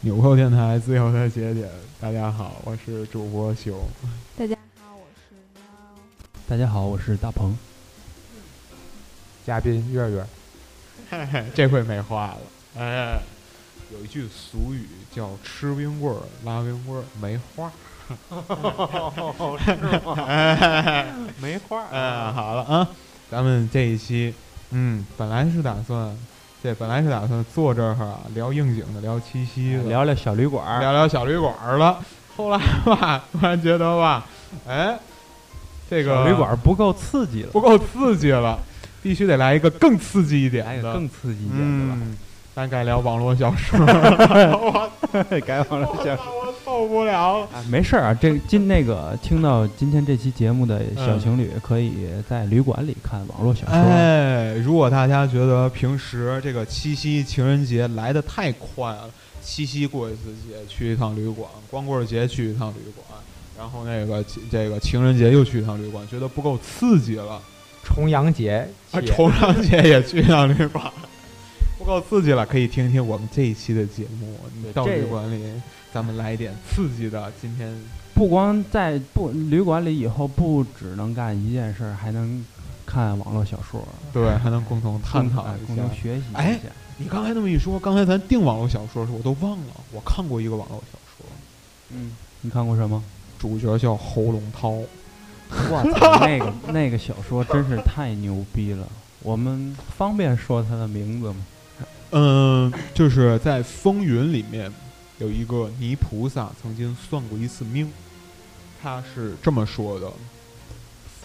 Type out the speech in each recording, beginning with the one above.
纽扣电台自由的节点，大家好，我是主播熊。大家好，我是喵。大家好，我是大鹏。嘉宾月 月，嘿嘿，这回没话了。哎，有一句俗语叫“吃冰棍儿拉冰棍儿没话儿”，哎，哦 没话儿哎，好了啊，咱们这一期，嗯，本来是打算，这本来是打算坐这儿啊聊应景的，聊七夕的，聊聊小旅馆儿，聊聊小旅馆儿了。后来吧，突然觉得吧，哎，这个小旅馆儿不够刺激了，不够刺激了，必须得来一个更刺激一点来的，个更刺激一点的吧。嗯，咱改聊网络小 说，我改网络小说。我受不了了。啊，没事儿啊，这今那个听到今天这期节目的小嗯情侣，可以在旅馆里看网络小说。哎，如果大家觉得平时这个七夕情人节来的太快了，七夕过一次节去一趟旅馆，光棍节去一趟旅馆，然后那个这个情人节又去一趟旅馆，觉得不够刺激了。重阳节啊，节重阳节也去趟旅馆，不够刺激了，可以听听我们这一期的节目。你对到这旅馆里，咱们来一点刺激的。今天不光在不旅馆里，以后不只能干一件事儿，还能看网络小说，对，还能共同探讨哎一共下同。学习一哎下。你刚才那么一说，刚才咱定网络小说的时候，我都忘了，我看过一个网络小说，嗯，你看过什 么？主角叫侯龙涛。我操，那个那个小说真是太牛逼了！我们方便说它的名字吗？嗯，就是在《风云》里面有一个泥菩萨曾经算过一次命，他是这么说的：“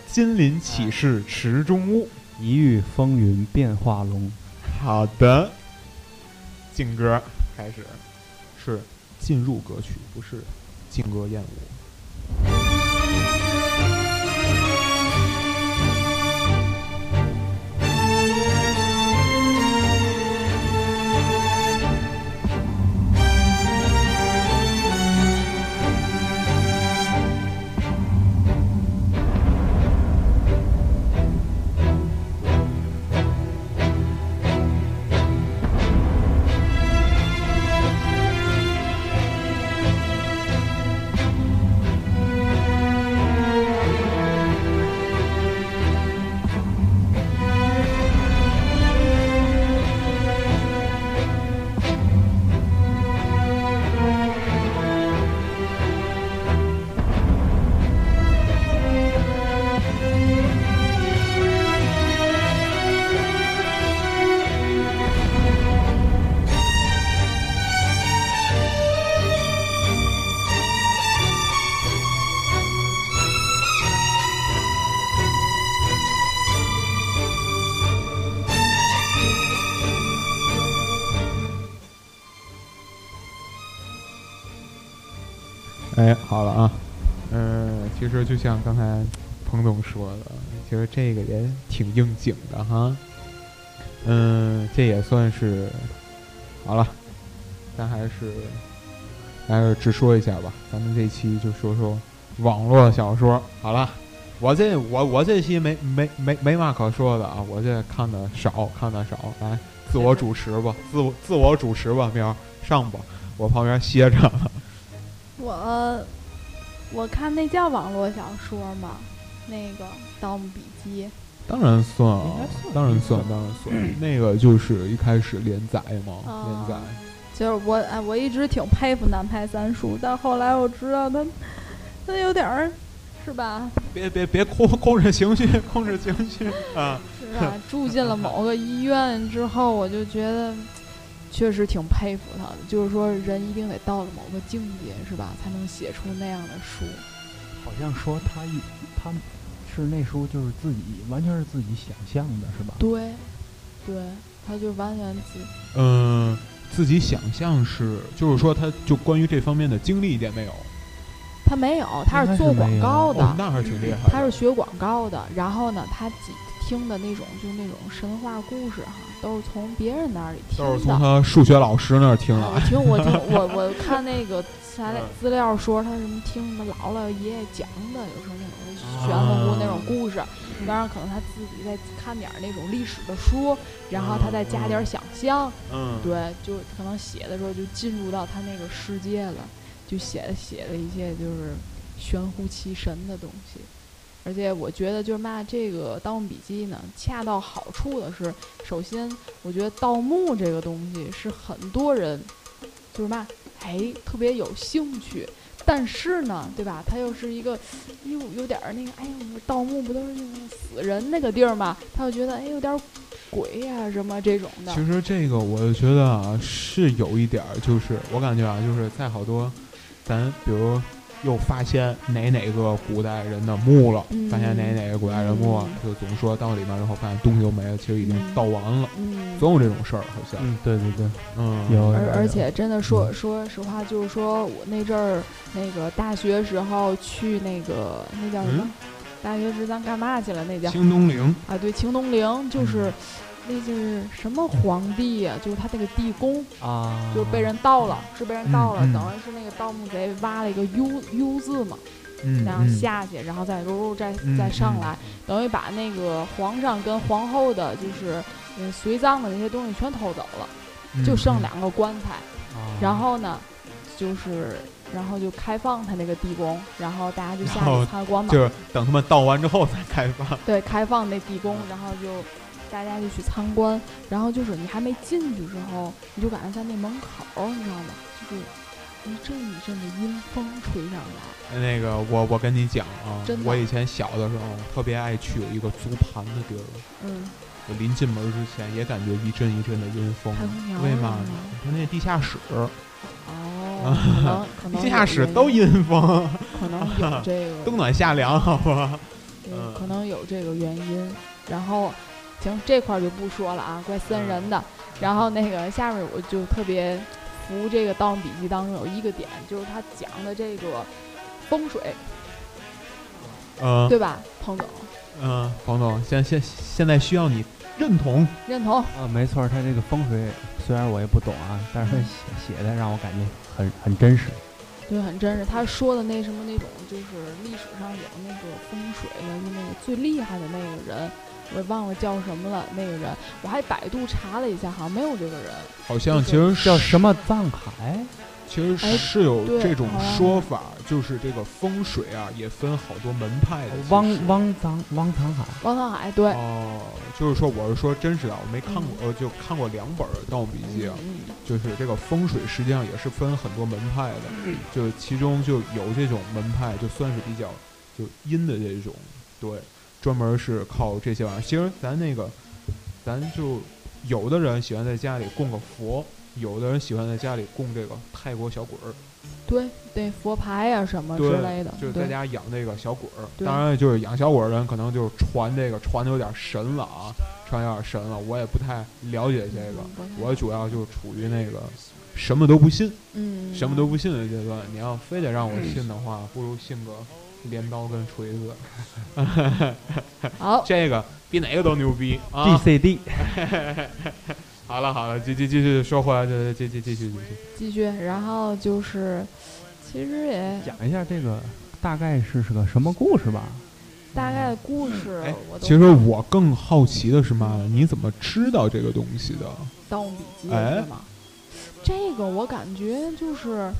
金鳞岂是池中物。”一遇风云变化龙，好的，劲歌开始，是进入歌曲，不是劲歌艳舞。哎，好了啊，嗯，其实就像刚才彭总说的，其实这个也挺应景的哈。嗯，这也算是好了，咱还是还是直说一下吧。咱们这期就说说网络小说。好了，我这我我这期没没没没嘛可说的啊，我这看的少，看的少。来，自我主持吧，自我自我主持吧，喵儿上吧，我旁边歇着。我我看那叫网络小说嘛，那个《盗墓笔记》当然算啊应该，当然算，当然算。 那个就是一开始连载嘛，啊哦连载。就是我哎，我一直挺佩服南派三叔，但后来我知道他他有点儿是吧？别别别控控制情绪，控制情绪啊！是吧？住进了某个医院之后，我就觉得确实挺佩服他的。就是说，人一定得到了某个境界，是吧？才能写出那样的书。好像说他一他是那时候就是自己完全是自己想象的，是吧？对，对，他就完全自嗯，自己想象是，就是说，他就关于这方面的经历一点没有。哦他没有，他应该是是做没广有告的，哦，那还是挺厉害的。他是学广告的。然后呢，他自己听的那种，就那种神话故事哈，都是从别人那里听都的。是从他数学老师那儿听我来。听我 听我我看那个材料嗯资料说他什么听什么姥姥爷爷讲的，有时候那种玄啊乎乎那种故事，当然可能他自己再看点儿那种历史的书，然后他再加点儿想象，嗯，对，就可能写的时候就进入到他那个世界了，就写的写的一些就是玄乎其神的东西。而且我觉得，就是嘛，这个《盗墓笔记》呢，恰到好处的是，首先，我觉得盗墓这个东西是很多人，就是嘛，哎，特别有兴趣。但是呢，对吧？它又是一个，又有点儿那个，哎呦，你说盗墓不都是那个死人那个地儿嘛？他就觉得，哎，有点儿鬼呀、什么这种的。其实这个我觉得啊，是有一点儿，就是我感觉啊，就是在好多，咱比如又发现哪哪个古代人的墓了，嗯发现哪哪个古代人墓了，就嗯总说到里面之后发现东西都没了，其实已经嗯盗完了，嗯，总有这种事儿，好像。嗯，对对对，嗯，有。有而而有且真的说说实话，就是说我那阵儿那个大学时候去那个那叫什么？嗯大学时咱干嘛去了？那叫清东陵，啊，对，秦东陵嗯就是。那就是什么皇帝呀、就是他那个地宫，啊，就是被人盗了，是被人盗了，哦嗯嗯等于是那个盗墓贼挖了一个 U U 字嘛，嗯，然后下去，然后再揉揉再嗯再嗯上来，等于把那个皇上跟皇后的，就是嗯随葬的那些东西全偷走了，嗯就剩嗯两个棺材。啊，然后呢，就是然后就开放他那个地宫，然后大家就下然后去参观嘛。啊就是等他们盗完之后才开放。对，开放那地宫，然后就大家就去参观，然后就是你还没进去之后，你就感觉在那门口儿，你知道吗？就是一阵一阵的阴风吹上来，那个，我我跟你讲啊真，的我以前小的时候特别爱去有一个租盘的地儿，嗯，我临进门之前也感觉一阵一阵的阴风太，嗯空为调嘛啊上呢来？它那地下室，哦，可能可能地下有室这都阴风，可能有这 个冬暖夏凉，好吧？对嗯可能有这个原因。然后，行，这块儿就不说了嗯啊，怪森人的。然后那个下面我就特别服这个《盗墓笔记》当中有一个点，就是他讲的这个风水，嗯对吧，彭总？嗯，冯总，现现现在需要你认同，认同？啊，没错儿，它这个风水虽然我也不懂啊，但是它写写的让我感觉很很真实。对，很真实。他说的那什么那种，就是历史上有那个风水的，就那个最厉害的那个人，我忘了叫什么了。那个人，我还百度查了一下，好像没有这个人。好像其实叫是什么藏海？其实哎是有对这种好像说法，就是这个风水啊，也分好多门派的。哦哎汪其实汪藏汪藏海王沧海，对，哦，就是说，我是说真实的，我没看过，嗯呃，就看过两本儿《盗墓笔记》啊，嗯就是这个风水实际上也是分很多门派的，嗯就其中就有这种门派，就算是比较就阴的这种，对，专门是靠这些玩意儿。其实咱那个，咱就有的人喜欢在家里供个佛，有的人喜欢在家里供这个泰国小鬼儿，对，那佛牌呀、什么之对类的，就是在对家养那个小鬼儿。对当然，就是养小鬼儿的人可能就是传这个传的有点神了啊，传得有点神了。我也不太了解这个，嗯我主要就处于那个什么都不信，嗯，什么都不信的阶段。你要非得让我信的话，不如信个镰刀跟锤子，嗯好，这个比哪个都牛逼啊！ ，GCD 好了好了，继继继续说回来，这这这继续继续。继续。然后就是，其实也讲一下这个大概是是个什么故事吧？大概故事哎我都其实我更好奇的是嘛，你怎么知道这个东西的？ 《盗墓笔记》哎是吗？这个我感觉就是，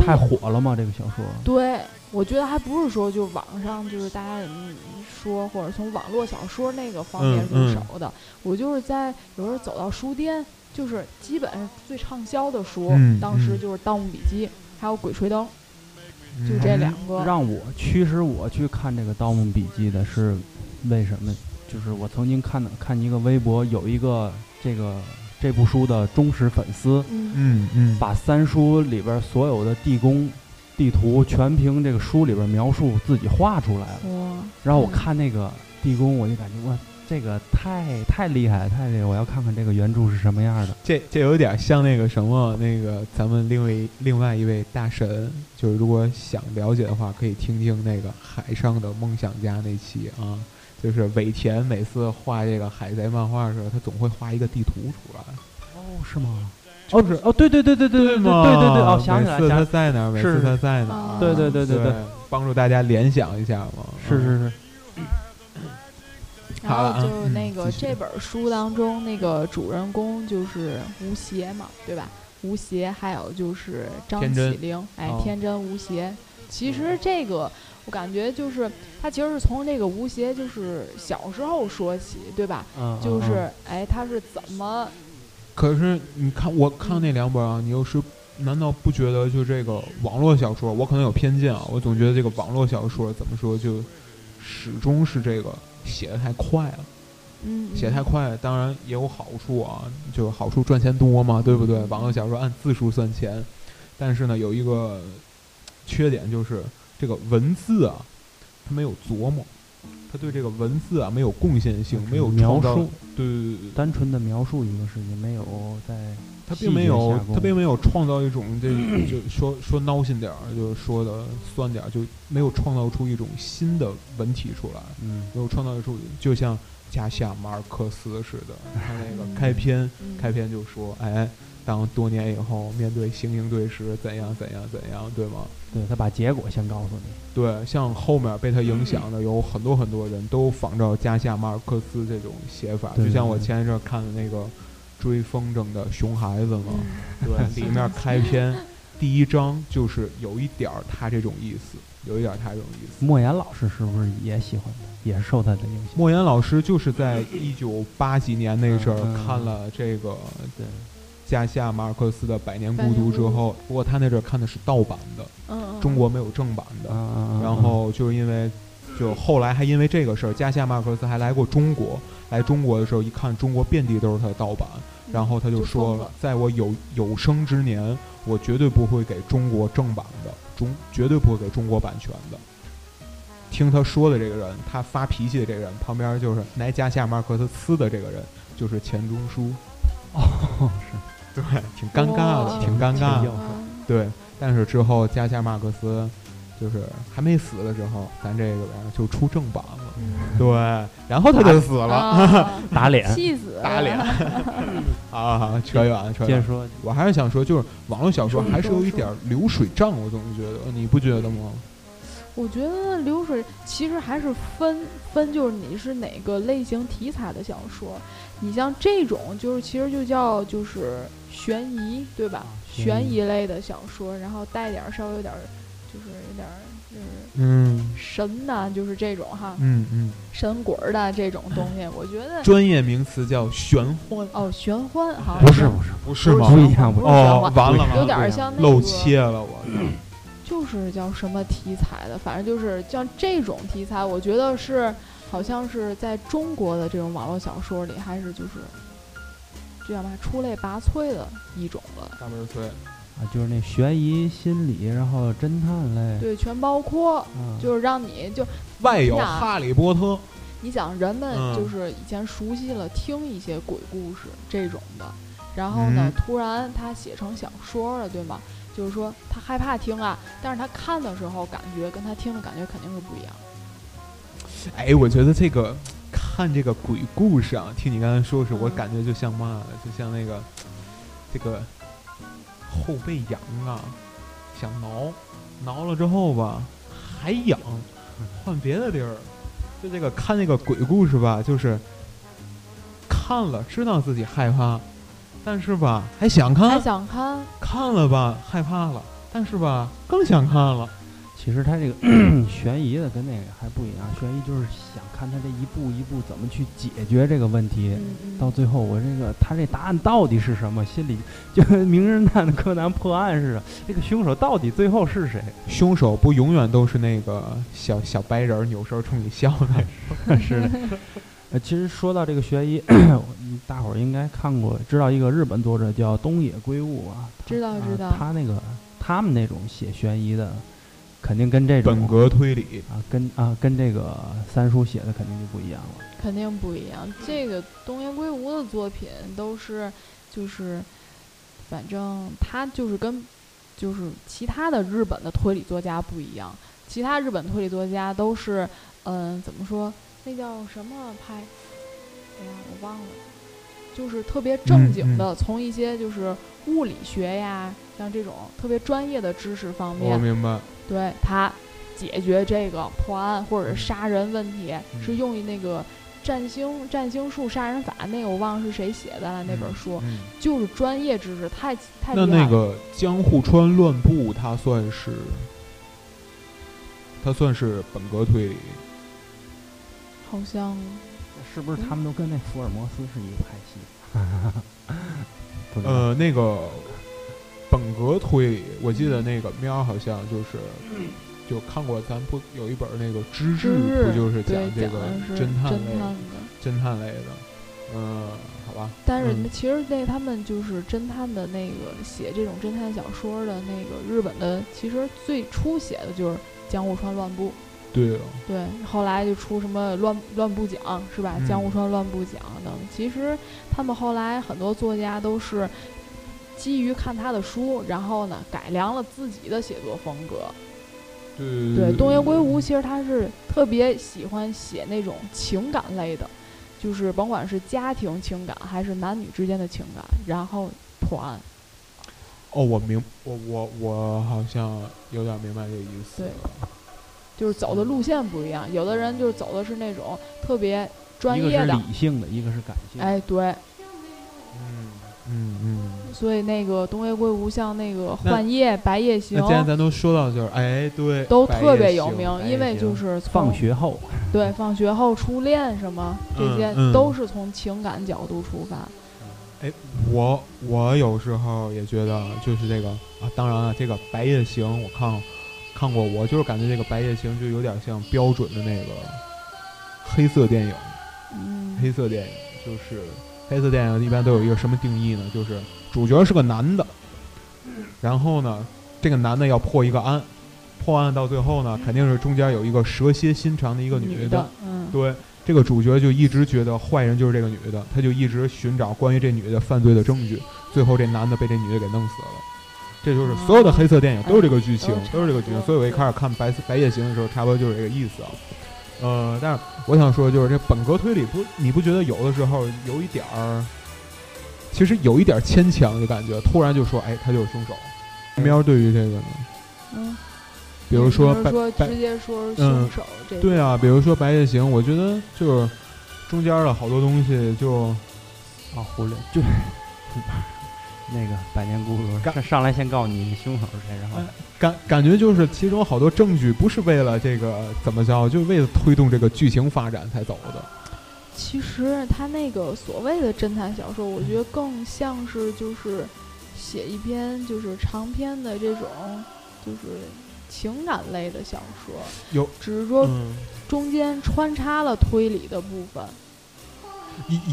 太火了吗？这个小说？对我觉得还不是说就网上就是大家嗯说或者从网络小说那个方面嗯入手的，我就是在有时候走到书店，就是基本上最畅销的书，嗯当时嗯就是《盗墓笔记》还有《鬼吹灯》，就这两个。让我驱使我去看这个《盗墓笔记》的是为什么？就是我曾经看的看一个微博，有一个这个这部书的忠实粉丝，嗯嗯嗯，把三叔里边所有的地宫、地图全凭这个书里边描述自己画出来了。哇，然后我嗯看那个地宫，我就感觉哇，这个太太厉害了，太厉害！我要看看这个原著是什么样的。这这有点像那个什么，那个咱们另外一另外一位大神，就是如果想了解的话，可以听听那个海上的梦想家那期啊，就就是尾田每次画这个海贼漫画的时候，他总会画一个地图出来。哦，是吗？就哦是哦，对对对对对对对对对，吗哦，想起来，每次想他起在哪儿，每次是哦他在哪啊儿，对对对对对对，帮助大家联想一下嘛。啊是是是，好了然啊后就是那嗯个继续这本书当中，那个主人公就是吴邪嘛，对吧？吴邪，还有就是张天真起灵，哎哦，嗯天真吴邪。其实这个我感觉就是他其实是从这个吴邪就是小时候说起，对吧？嗯，就嗯是哎，他是怎么可是你看，我看那两本啊，你又是难道不觉得就这个网络小说，我可能有偏见啊，我总觉得这个网络小说怎么说就始终是这个写的太快了，嗯写得太快了当然也有好处啊，就好处赚钱多嗯嘛，对不对？网络小说按字数算钱，但是呢，有一个缺点就是这个文字啊，它没有琢磨，它对这个文字啊没有贡献性，没有描创造述，对对对对。单纯的描述一个事情，没有在他细并没节有下，功他并没有创造一种这就说说闹心点儿，就是说的酸点儿，就没有创造出一种新的文体出来，嗯没有创造出就像加西亚马尔克斯似的，他那个开篇嗯开篇就说，哎，当多年以后面对行刑队时，怎样怎样怎样，对吗？对他把结果先告诉你，对，像后面被他影响嗯的有很多很多人都仿照加西亚马尔克斯这种写法，对就像对我对前一阵儿看的那个《追风筝的熊孩子》嘛。嗯对，里面开篇第一章就是有一点儿他这种意思，有一点儿他这种意思。莫言老师是不是也喜欢他，也是受他的影响？莫言老师就是在一九八几年那阵嗯儿嗯看了这个对，加西亚马尔克斯的《百年孤百年独》孤之独后，不过他那阵儿看的是盗版的，嗯，嗯中国没有正版的。嗯然后就是因为，就后来还因为这个事儿，加西亚马尔克斯还来过中国。来中国的时候，一看中国遍地都是他的盗版，嗯然后他就就说疯了，在我有有生之年，我绝对不会给中国正版的中，绝对不会给中国版权的。听他说的这个人，他发脾气的这个人，旁边就是来加西亚马尔克斯呲的这个人，就是钱钟书，哦 是对，挺尴尬的，哇挺尴尬钱的佑，啊对。但是之后加西亚马尔克斯就是还没死的时候，咱这个人就出正版了， 对，然后他就死了，嗯 啊打脸，气死打脸。了啊，好扯远了，扯接远着了。说，我还是想说，就是网络小说还是有一点流水账，我总觉得，你不觉得吗？我觉得流水其实还是分分，就是你是哪个类型题材的小说。你像这种，就是其实就叫就是悬疑，对吧？啊悬悬疑疑类的小说，然后带点儿稍微有点儿，就是有点儿就是嗯神呐、就是这种哈，嗯嗯，神鬼儿的这种东西，我觉得专业名词叫玄幻，哦，玄幻好不是不是，不是吗不一样不一样，哦，完了完不有了，点儿像那个露怯了我。就是叫什么题材的，反正就是像这种题材，我觉得是好像是在中国的这种网络小说里，还是就是这叫嘛出类拔萃的一种了。大门岁，啊，就是那悬疑心理，然后侦探类，哎对，全包括，啊，就是让你就外有呀哈利波特，你想人嗯们就是以前熟悉了听一些鬼故事这种的，然后呢嗯，突然他写成小说了，对吗？就是说他害怕听啊，但是他看的时候感觉跟他听的感觉肯定是不一样啊的。哎，我觉得这个看这个鬼故事啊，听你刚才说是，嗯我感觉就像嘛呢，就像那个这个后背痒啊，想挠，挠了之后吧还痒，换别的地儿。就这个看那个鬼故事吧，就是看了知道自己害怕，但是吧还想还看，想看，看了吧害怕了，但是吧更想看了。其实他这个 悬疑的跟那个还不一样，悬疑就是想看他这一步一步怎么去解决这个问题。嗯嗯到最后，我这个他这答案到底是什么？心里就跟《名侦探柯南》破案似的，这个凶手到底最后是谁？凶手不永远都是那个小小白人儿扭身儿冲你笑的是的。呃，其实说到这个悬 疑，嗯大伙儿应该看过，知道一个日本作者叫东野圭吾啊，他知道啊知道他那个他们那种写悬疑的，肯定跟这种本格推理，啊跟啊跟这个三叔写的肯定就不一样了。肯定不一样。这个东野圭吾的作品都是，就是，反正他就是跟，就是其他的日本的推理作家不一样。其他日本推理作家都是，嗯、怎么说，那叫什么拍？哎呀，我忘了，就是特别正经嗯的，从一些就是物理学呀，像这种特别专业的知识方哦我面，明白，对他解决这个破案或者是杀人问题，嗯是用于那个占星占星术杀人法那个我忘了是谁写的了那本书，嗯。就是专业知识，太太那厉害那了。个江户川乱步，他算是，他算是本格推理，好像是嗯不是他们都跟那福尔摩斯是一个派系？ 不知道呃，那个本格推理，我记得那个喵好像就是，就看过咱不有一本那个《知嗯知识》，识不就是对这讲个的是侦探类的侦探的。侦探类的？嗯，好吧，但是嗯其实那他们就是侦探的那个写这种侦探小说的那个日本的，其实最初写的就是江户川乱步，对了，对，后来就出什么乱乱步奖是吧？嗯江户川乱步奖等，其实他们后来很多作家都是基于看他的书，然后呢改良了自己的写作风格。对嗯对，东野圭吾其实他是特别喜欢写那种情感类的，就是甭管是家庭情感还是男女之间的情感，然后破案。哦，我明，我我我好像有点明白这意思对了，就是走的路线不一样，有的人就是走的是那种特别专一个是业的，理性的，一个是感性的。哎，对，嗯嗯嗯。所以那个东野圭吾像那个《那幻夜》《白夜行那既》然咱都说到这儿，哎，对，都白特夜别有行名，白因夜为行就是放从学后，对放学后初恋什么这嗯些嗯都是从情感角度出发。我我有时候也觉得，就是这个啊，当然了，这个《白夜行》我看看过，我就是感觉这个《白夜行》就有点像标准的那个黑色电影。黑嗯，色电影就是黑色电影一般都有一个什么定义呢？就是主角是个男的，然后呢，这个男的要破一个案，破案到最后呢，肯定是中间有一个蛇蝎心肠的一个女女的，嗯，对，这个主角就一直觉得坏人就是这个女的，他就一直寻找关于这女的犯罪的证据。最后这男的被这女的给弄死了。这就是所有的黑色电影都是这个剧情，嗯都是这个剧情。都所以我一开始看白《白夜行》的时候，差不多就是这个意思啊。呃，但是我想说，就是这本格推理不，你不觉得有的时候有一点儿，其实有一点儿牵强，就感觉突然就说，哎，他就是凶手。喵，对于这个呢，嗯。比如说你白是说白直接说是嗯凶手这个，对啊，比如说《白夜行》，我觉得就是中间的好多东西就啊，忽略就 那个百年孤独，上上来先告诉你是凶手是谁，然后哎感感觉就是其中好多证据不是为了这个怎么着，就为了推动这个剧情发展才走的。其实他那个所谓的侦探小说，我觉得更像是就是写一篇就是长篇的这种就是情感类的小说，有，只是说嗯，中间穿插了推理的部分。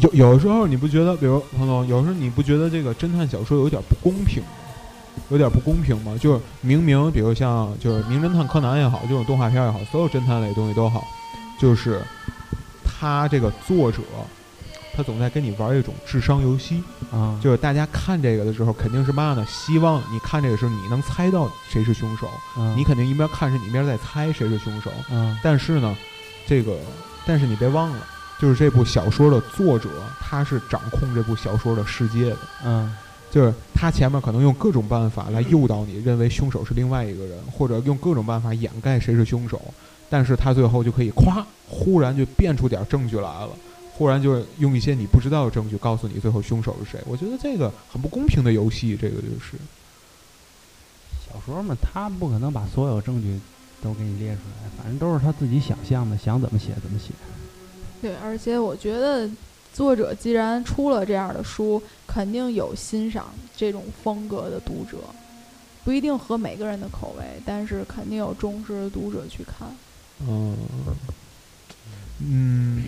有有时候你不觉得，比如彭总，有时候你不觉得这个侦探小说有点不公平吗？有点不公平吗？就是明明，比如像就是《名侦探柯南》也好，这种动画片也好，所有侦探类东西都好，就是他这个作者，他总在跟你玩一种智商游戏。啊，就是大家看这个的时候，肯定是嘛呢？希望你看这个时候，你能猜到谁是凶手，啊你肯定一边看是你一边在猜谁是凶手。啊但是呢，这个，但是你别忘了，就是这部小说的作者，他是掌控这部小说的世界的，嗯啊就是他前面可能用各种办法来诱导你认为凶手是另外一个人，或者用各种办法掩盖谁是凶手，但是他最后就可以咵，忽然就变出点证据来了。忽然就是用一些你不知道的证据告诉你最后凶手是谁，我觉得这个很不公平的游戏，这个就是小说嘛，他不可能把所有证据都给你列出来，反正都是他自己想象的，想怎么写怎么写。对，而且我觉得作者既然出了这样的书，肯定有欣赏这种风格的读者，不一定合每个人的口味，但是肯定有忠实的读者去看。嗯，嗯，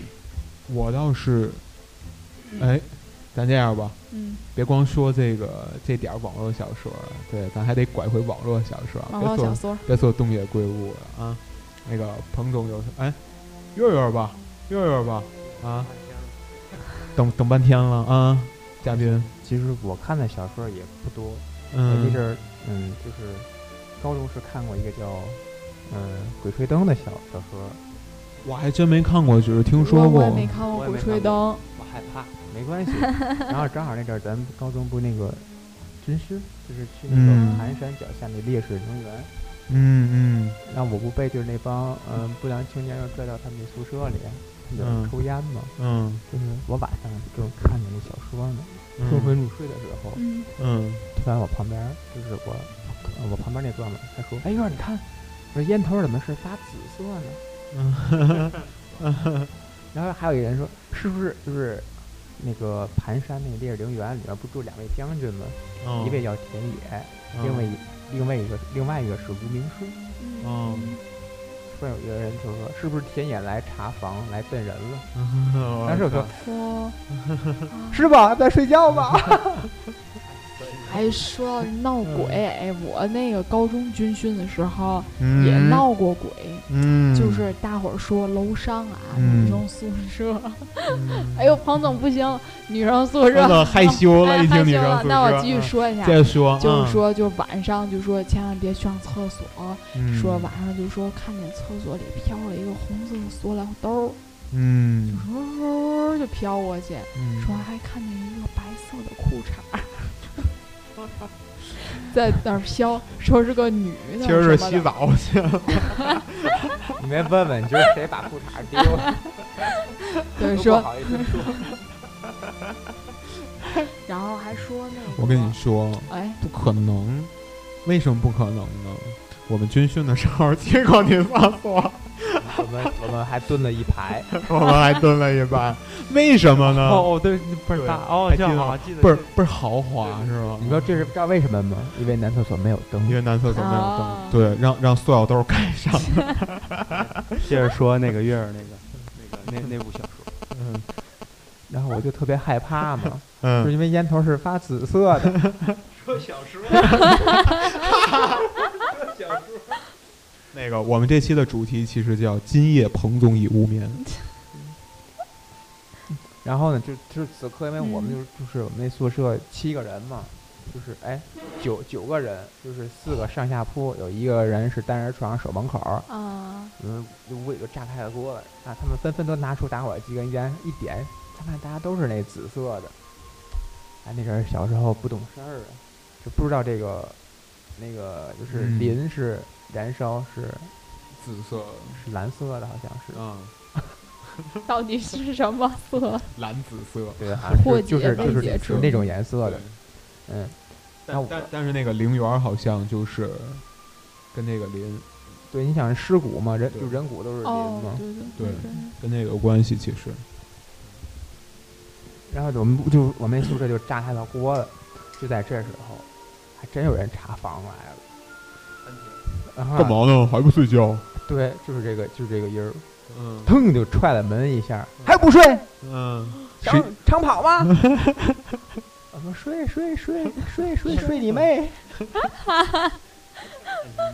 我倒是，哎，咱这样吧，嗯，别光说这个这点儿网络小说了，对，咱还得拐回网络小说，网别络做小说，别做东野圭吾了啊。那个彭总有哎，月月吧，月月吧，啊，等等半天了啊，嘉宾，其实我看的小说也不多，我嗯记，着，嗯，就是呃高中时看过一个叫嗯《鬼吹灯》的小小说，我还真没看过，只是听我说我过也。没看过我也《鬼没吹看灯》过我害怕，没关 系。然后正好那阵儿咱们高中不那个军师，就是去那嗯个寒山脚下那烈士陵园，嗯然后我不被就是那帮嗯、呃不良青年又拽到他们那宿舍里，有嗯人抽烟嘛，嗯就是我晚上正看着那小说呢，嗯，昏昏入睡的时候，嗯，嗯突然我旁边儿就是我，呃我旁边那哥们儿，他说：“哎，月儿，你看，我这烟头怎么是发紫色呢？” 然后还有一个人说：“是不是就是那个盘山那个烈士陵园里面不住两位将军吗？嗯，一位叫田野，嗯另外一另外一个另外一个是无名氏。哦突然有一个人就说：‘是不是田野来查房来奔人了？’嗯当时我 说：‘说，是吧？在睡觉吧。 哎，说到闹鬼，哎，我那个高中军训的时候嗯也闹过鬼，嗯，就是大伙儿说楼上啊，嗯女生宿舍， 嗯哎呦，彭总不行，女生宿 真舍，的害羞了，哎一害听羞你了这，那我继续说一下。再嗯说，啊就是说，就晚上就说千万别去上厕所，嗯说晚上就说看见厕所里飘了一个红色的塑料兜儿，嗯就嗖就飘过去，嗯，说啊还看见一个白色的裤衩儿， 在那儿飘，说是个女的，其实是洗，澡去了，你没问问，就是谁把裤衩丢了？对，都不说，好意思说。然后还说那个，我跟你，说，哎，不可能，为什么不可能呢？我们军训的时候经过女厕所，我们我们还蹲了一排。”我们还蹲了一班，为什么呢？哦哦，对，不是啊对大哦，还这样记得啊，记得倍儿记得倍儿豪华是吗？你知道这是知道为什么吗？因为男厕所没有灯因。为男厕所没有灯，啊对，让让塑料兜儿盖上。接着说那个月儿那个那个那那部小说，嗯然后我就特别害怕 嘛，就是嗯，因为烟头是发紫色的。说小说，那个我们这期的主题其实叫“今夜彭总已无眠 然后呢，就就是此刻，因为我们就是就是我们那宿舍七个人嘛，就是哎九九个人，就是四个上下铺，有一个人是单人床守门口儿，啊，嗯，屋里就炸开了锅了。啊，他们纷纷都拿出打火机跟烟一点，他们大家都是那紫色的。啊，那阵儿小时候不懂事儿啊，就不知道这个那个就是嗯磷是燃烧是”，紫色，是蓝色的，好像是。嗯，到底是什么色？蓝紫色。对啊，破是就解是未就是解是之那种颜色对的，，嗯，那但我但但是那个陵园儿好像就是跟那个林对，你想尸骨嘛，人对就人骨都是磷哦，嘛，对对对跟那个有关系，其实。然后我们不就我们宿舍就炸开了锅了，就在这时候，还真有人查房来了，然后啊干嘛呢？还不睡觉？对，就是这个就是这个音儿，嗯腾就踹了门一下，还不睡，嗯，想谁长跑吗？ 我说睡睡睡睡睡睡你妹！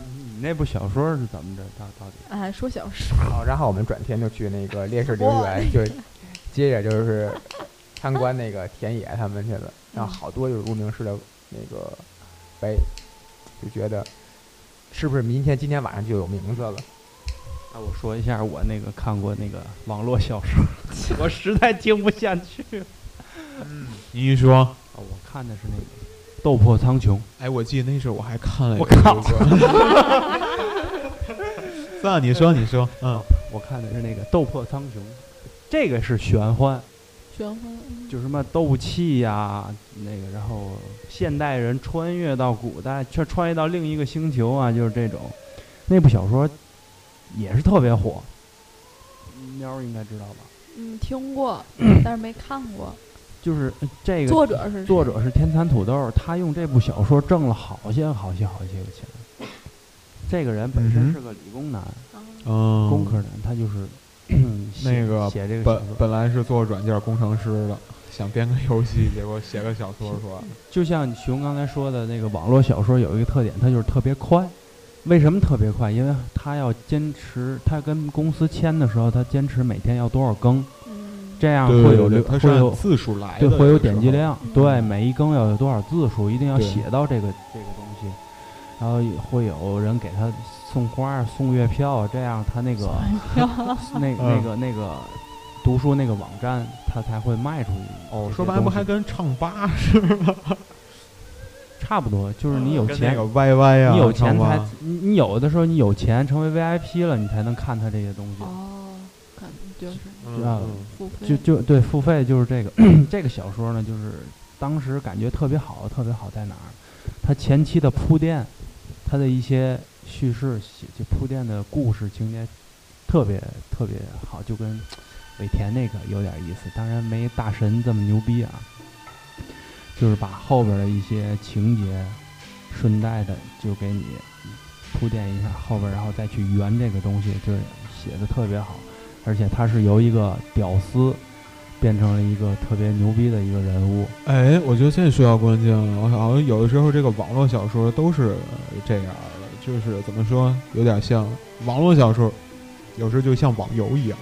你你那部小说是怎么着？到到底？对，哎，说小说，好，然后我们转天就去那个烈士陵哇 园，就接着就是参观那个田野他们去了，然后好多就是无名氏的那个碑，就觉得是不是明天今天晚上就有名字了？那啊我说一下我那个看过那个网络小说， 我实在听不下去了。你一说，啊我看的是那个《斗破苍穹》，哎，我记得那时候我还看了一个。我靠 算了，你说，你说，嗯我看的是那个《斗破苍穹》，这个是玄幻，玄幻，嗯就什么斗气呀、那个，然后现代人穿越到古代，却穿越到另一个星球啊，就是这种。那部小说也是特别火，喵儿应该知道吧？嗯，听过，但是没看过。就是呃这个作者是谁作者是天蚕土豆，他用这部小说挣了好些好些好些个钱。这个人本嗯身哼是个理工男，啊嗯，工科男，他就是嗯那个写写这个小本说，本来是做软件工程师的，想编个游戏，结果写个小说出来。就像熊刚才说的，那个网络小说有一个特点，它就是特别快。为什么特别快？因为他要坚持，他跟公司签的时候，他坚持每天要多少更，嗯，这样对会有对对，流它是会有按字数来对的，会有有点击量嗯，对每一更要有多少字数，一定要对写到这个这个东西。然后也会有人给他送花儿、送月票啊，这样他那个 那那嗯个那个读书那个网站，他才会卖出去。哦，这说些白了不东还西跟唱吧似的？差不多，就是你有嗯跟钱那个 YY 啊，你有钱唱吧才，你你有的时候你有钱成为 VIP 了，你才能看他这些东西。哦，感就是嗯啊嗯付费就就对付费就是这个这个小说呢，就是当时感觉特别好，特别好在哪儿？它前期的铺垫，它的一些叙事写就铺垫的故事情节特别特别好，就跟尾田那个有点意思，当然没大神这么牛逼啊，就是把后边的一些情节顺带的就给你铺垫一下后边，然后再去圆这个东西，就是写的特别好。而且他是由一个屌丝变成了一个特别牛逼的一个人物。哎，我觉得这说到关键了。我好像有的时候这个网络小说都是这样的，就是怎么说，有点像网络小说，有时候就像网游一样。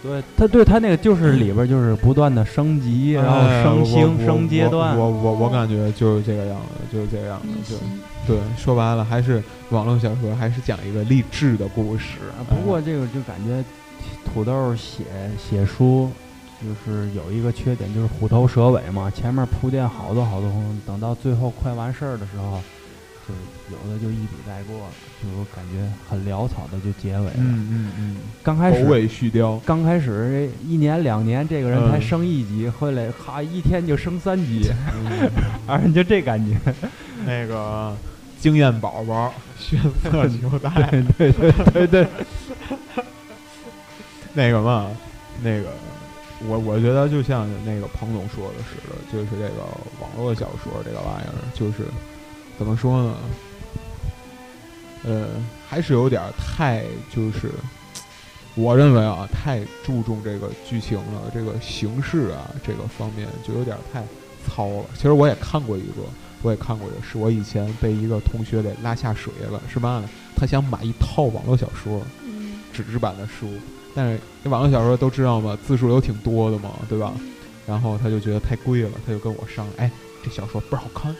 对他，对他那个就是里边就是不断的升级，然后哎升我星、我升阶段我。我我我感觉就是这个样子，就是这个样逆子。袭就对，说白了还是网络小说，还是讲一个励志的故事啊。不过这个就感觉土豆写写书。就是有一个缺点，就是虎头蛇尾嘛，前面铺垫好多好多东西，等到最后快完事儿的时候，就是有的就一笔带过了，就是我感觉很潦草的就结尾了。哎，嗯嗯嗯，刚开始狗尾续貂。刚开始这一年两年，这个人才嗯升一级，后来咔一天就升三级，嗯 反正就这感觉。那个经验宝宝，血 色球袋。对对对对对，那个嘛，那个，我我觉得就像那个彭总说的似的，就是这个网络小说这个玩意儿，就是怎么说呢？呃，还是有点儿太就是，我认为啊，太注重这个剧情了，这个形式啊，这个方面就有点儿太糙了。其实我也看过一个，我也看过一个，是我以前被一个同学给拉下水了，是嘛呢？他想买一套网络小说，嗯纸质版的书，但是那网络小说都知道嘛，字数有挺多的嘛，对吧？嗯然后他就觉得太贵了，他就跟我商量，哎，这小说倍儿好看，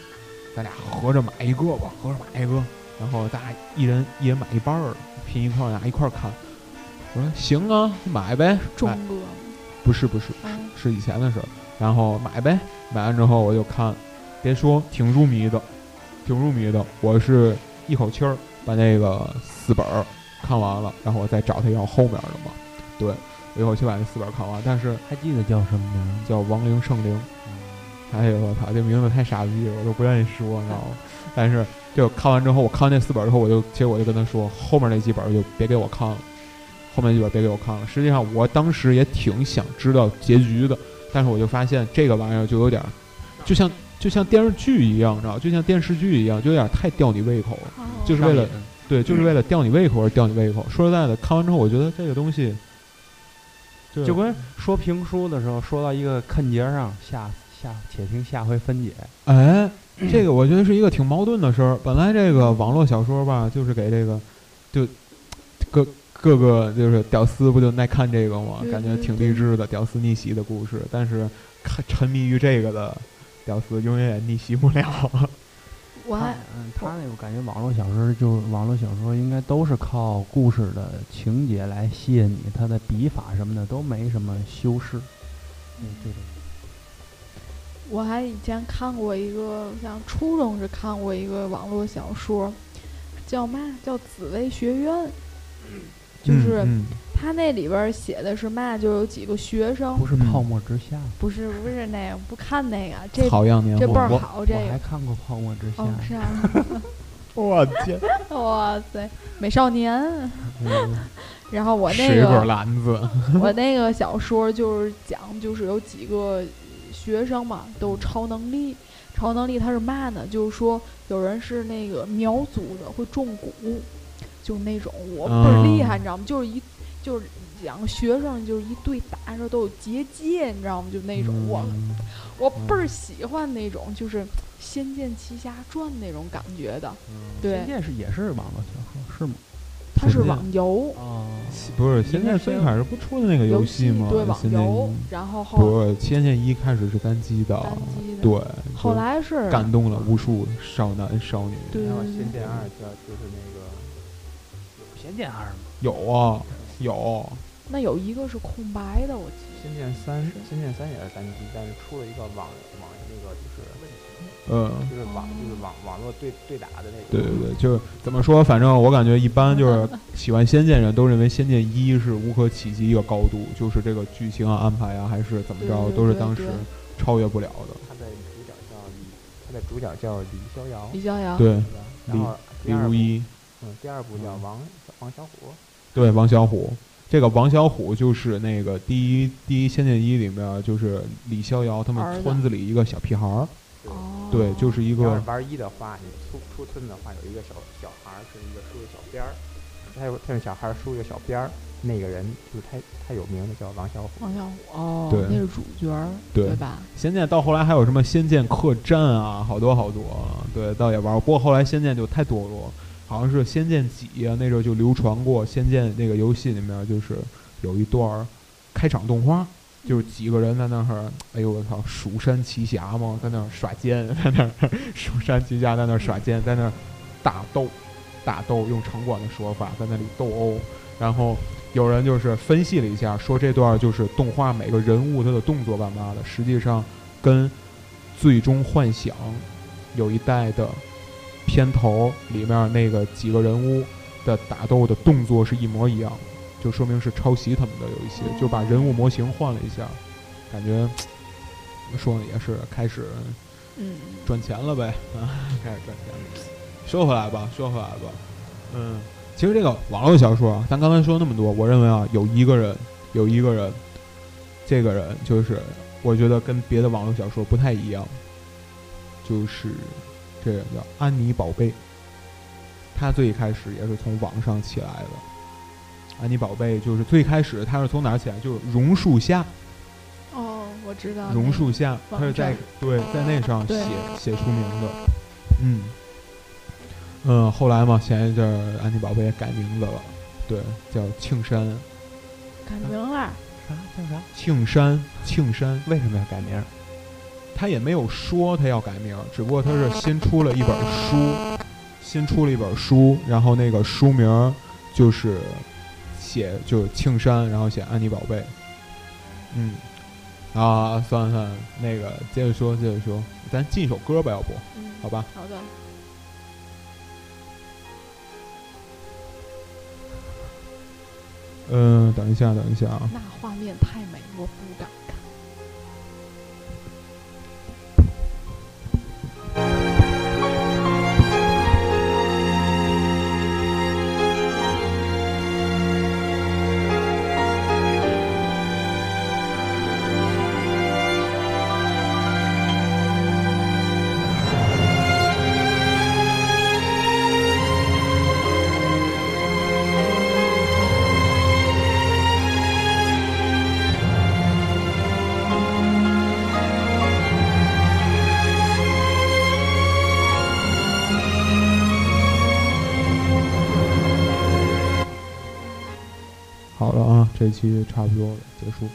咱俩合着买一个吧，合着买一个，然后咱俩一人一人买一半儿，拼一块儿，俩一块儿看。我说行啊，买呗，中买哥不是不是啊是以前的事儿，然后买呗，买完之后我就看，别说挺入迷的，挺入迷的，我是一口气儿把那个四本儿看完了，然后我再找他要后面的嘛，对，我一口气把那四本儿看完，但是还记得叫什么名叫亡灵圣灵，儿？哎呦我操，这名字太傻逼了，我都不愿意说，你知道吗？但是就看完之后，我看完那四本之后，我就其实我就跟他说，后面那几本就别给我看了，后面几本别给我看了。实际上我当时也挺想知道结局的，但是我就发现这个玩意儿就有点儿，就像就像电视剧一样，知道吗就像电视剧一样，就有点儿太吊你胃口了。哦就是为了嗯对，就是为了吊你胃口而吊你胃口。说实在的，看完之后，我觉得这个东西就就跟说评书的时候说到一个坑节上，下下且听下回分解。哎，这个我觉得是一个挺矛盾的事儿。本来这个网络小说吧，就是给这个，就各各个就是屌丝不就爱看这个吗？对感觉对挺对励志的，屌丝逆袭的故事。但是看沉迷于这个的屌丝，永远也逆袭不了。我他还啊嗯，他那个感觉网络小说就是网络小说，应该都是靠故事的情节来吸引你，他的笔法什么的都没什么修饰。嗯，对对。我还以前看过一个，像初中时看过一个网络小说，叫嘛叫《紫薇学院》，就是嗯它那里边儿写的是嘛，就有几个学生不，是嗯泡沫之夏，不是不是那个，不看那个，这嗯，草样年这倍华儿我好，这我还个看过泡沫之夏。哦是啊， 我天，哇塞，美少年，嗯 然后我那水果个篮子， 我那个小说就是讲，就是有几个学生嘛，都有超能力。超能力它是嘛呢？就是说有人是那个苗族的，会种蛊，就那种我嗯倍儿厉害，你知道吗？就是一就是两个学生就是一对打着都有结界，你知道吗？就那种、我嗯我倍儿喜欢那种，就是《仙剑奇侠传》那种感觉的。嗯对仙，剑是也是网络小说是吗？它是纯电网游哦，不是，应现在该是飞卡是不出的那个游戏吗？对网现在游，然后后不，《仙剑一》开始是单机的，单机的，对，后就来是感动了无数少男少女。嗯对然后对仙对剑二就就是那个《仙剑二》吗？有啊，有，那有一个是空白的，我记仙剑三，仙剑三也是单机，但是出了一个网网那个就是嗯，就是网就是网网络对对打的那个。对对对，就是怎么说，反正我感觉一般 就是喜欢《仙剑》人都认为《仙剑一》是无可企及一个高度，就是这个剧情啊、安排啊，还是怎么着，对对都是对当对时超越不了的。他的主角叫李，他的主角叫李逍遥得，李逍遥，对，是吧？李然后第李二如部，一，嗯，第二部叫嗯王王小虎，对王小虎。这个王小虎就是那个第一第一《仙剑一》里面就是李逍遥他儿们子村子里一个小屁孩儿，哦，对，就是一你要个是玩一的话，你出出村的话，有一个小小孩儿是一个梳个小辫儿，他有他有小孩儿梳个小辫儿，那个人就是太太有名的叫王小虎，王小虎，哦，对那是主角儿，对吧？仙剑到后来还有什么仙剑客栈啊，好多好多，对，倒也玩过。不过后来仙剑就太堕落，好像是仙剑几啊，那时候就流传过仙剑那个游戏里面就是有一段儿开场动画，就是几个人在那儿，哎呦我操，蜀山奇侠嘛，在那儿耍剑，在那儿蜀山奇侠在那儿耍剑，在那儿打斗，打斗用城管的说法，在那里斗殴，然后。有人就是分析了一下，说这段就是动画每个人物他的动作干嘛的，实际上跟《最终幻想》有一代的片头里面那个几个人物的打斗的动作是一模一样，就说明是抄袭他们的有一些，就把人物模型换了一下，感觉嘖怎么说呢，也是开始嗯，赚钱了呗，啊，开始赚钱了。说回来吧，说回来吧，嗯，其实这个网络小说啊，咱刚才说那么多，我认为啊，有一个人，有一个人，这个人就是我觉得跟别的网络小说不太一样，就是这个叫安妮宝贝，她最开始也是从网上起来的。安妮宝贝就是最开始她是从哪儿起来？就是榕树下，哦，我知道，榕树下，网他是在站对在那上写对写出名的，嗯，嗯，后来嘛，前一阵儿安妮宝贝也改名字了，对，叫庆山，改名了，啥叫啥？庆山，庆山，为什么要改名儿？他也没有说他要改名，只不过他哦是新出了一本书，新出了一本书，然后那个书名儿就是写就是庆山，然后写安妮宝贝，嗯，啊，算了算了，那个接着说接着说，咱进一首歌吧，要不嗯，好吧？好的，嗯，等一下等一下啊，那画面太美，我不敢看。好了啊，这期差不多了，结束。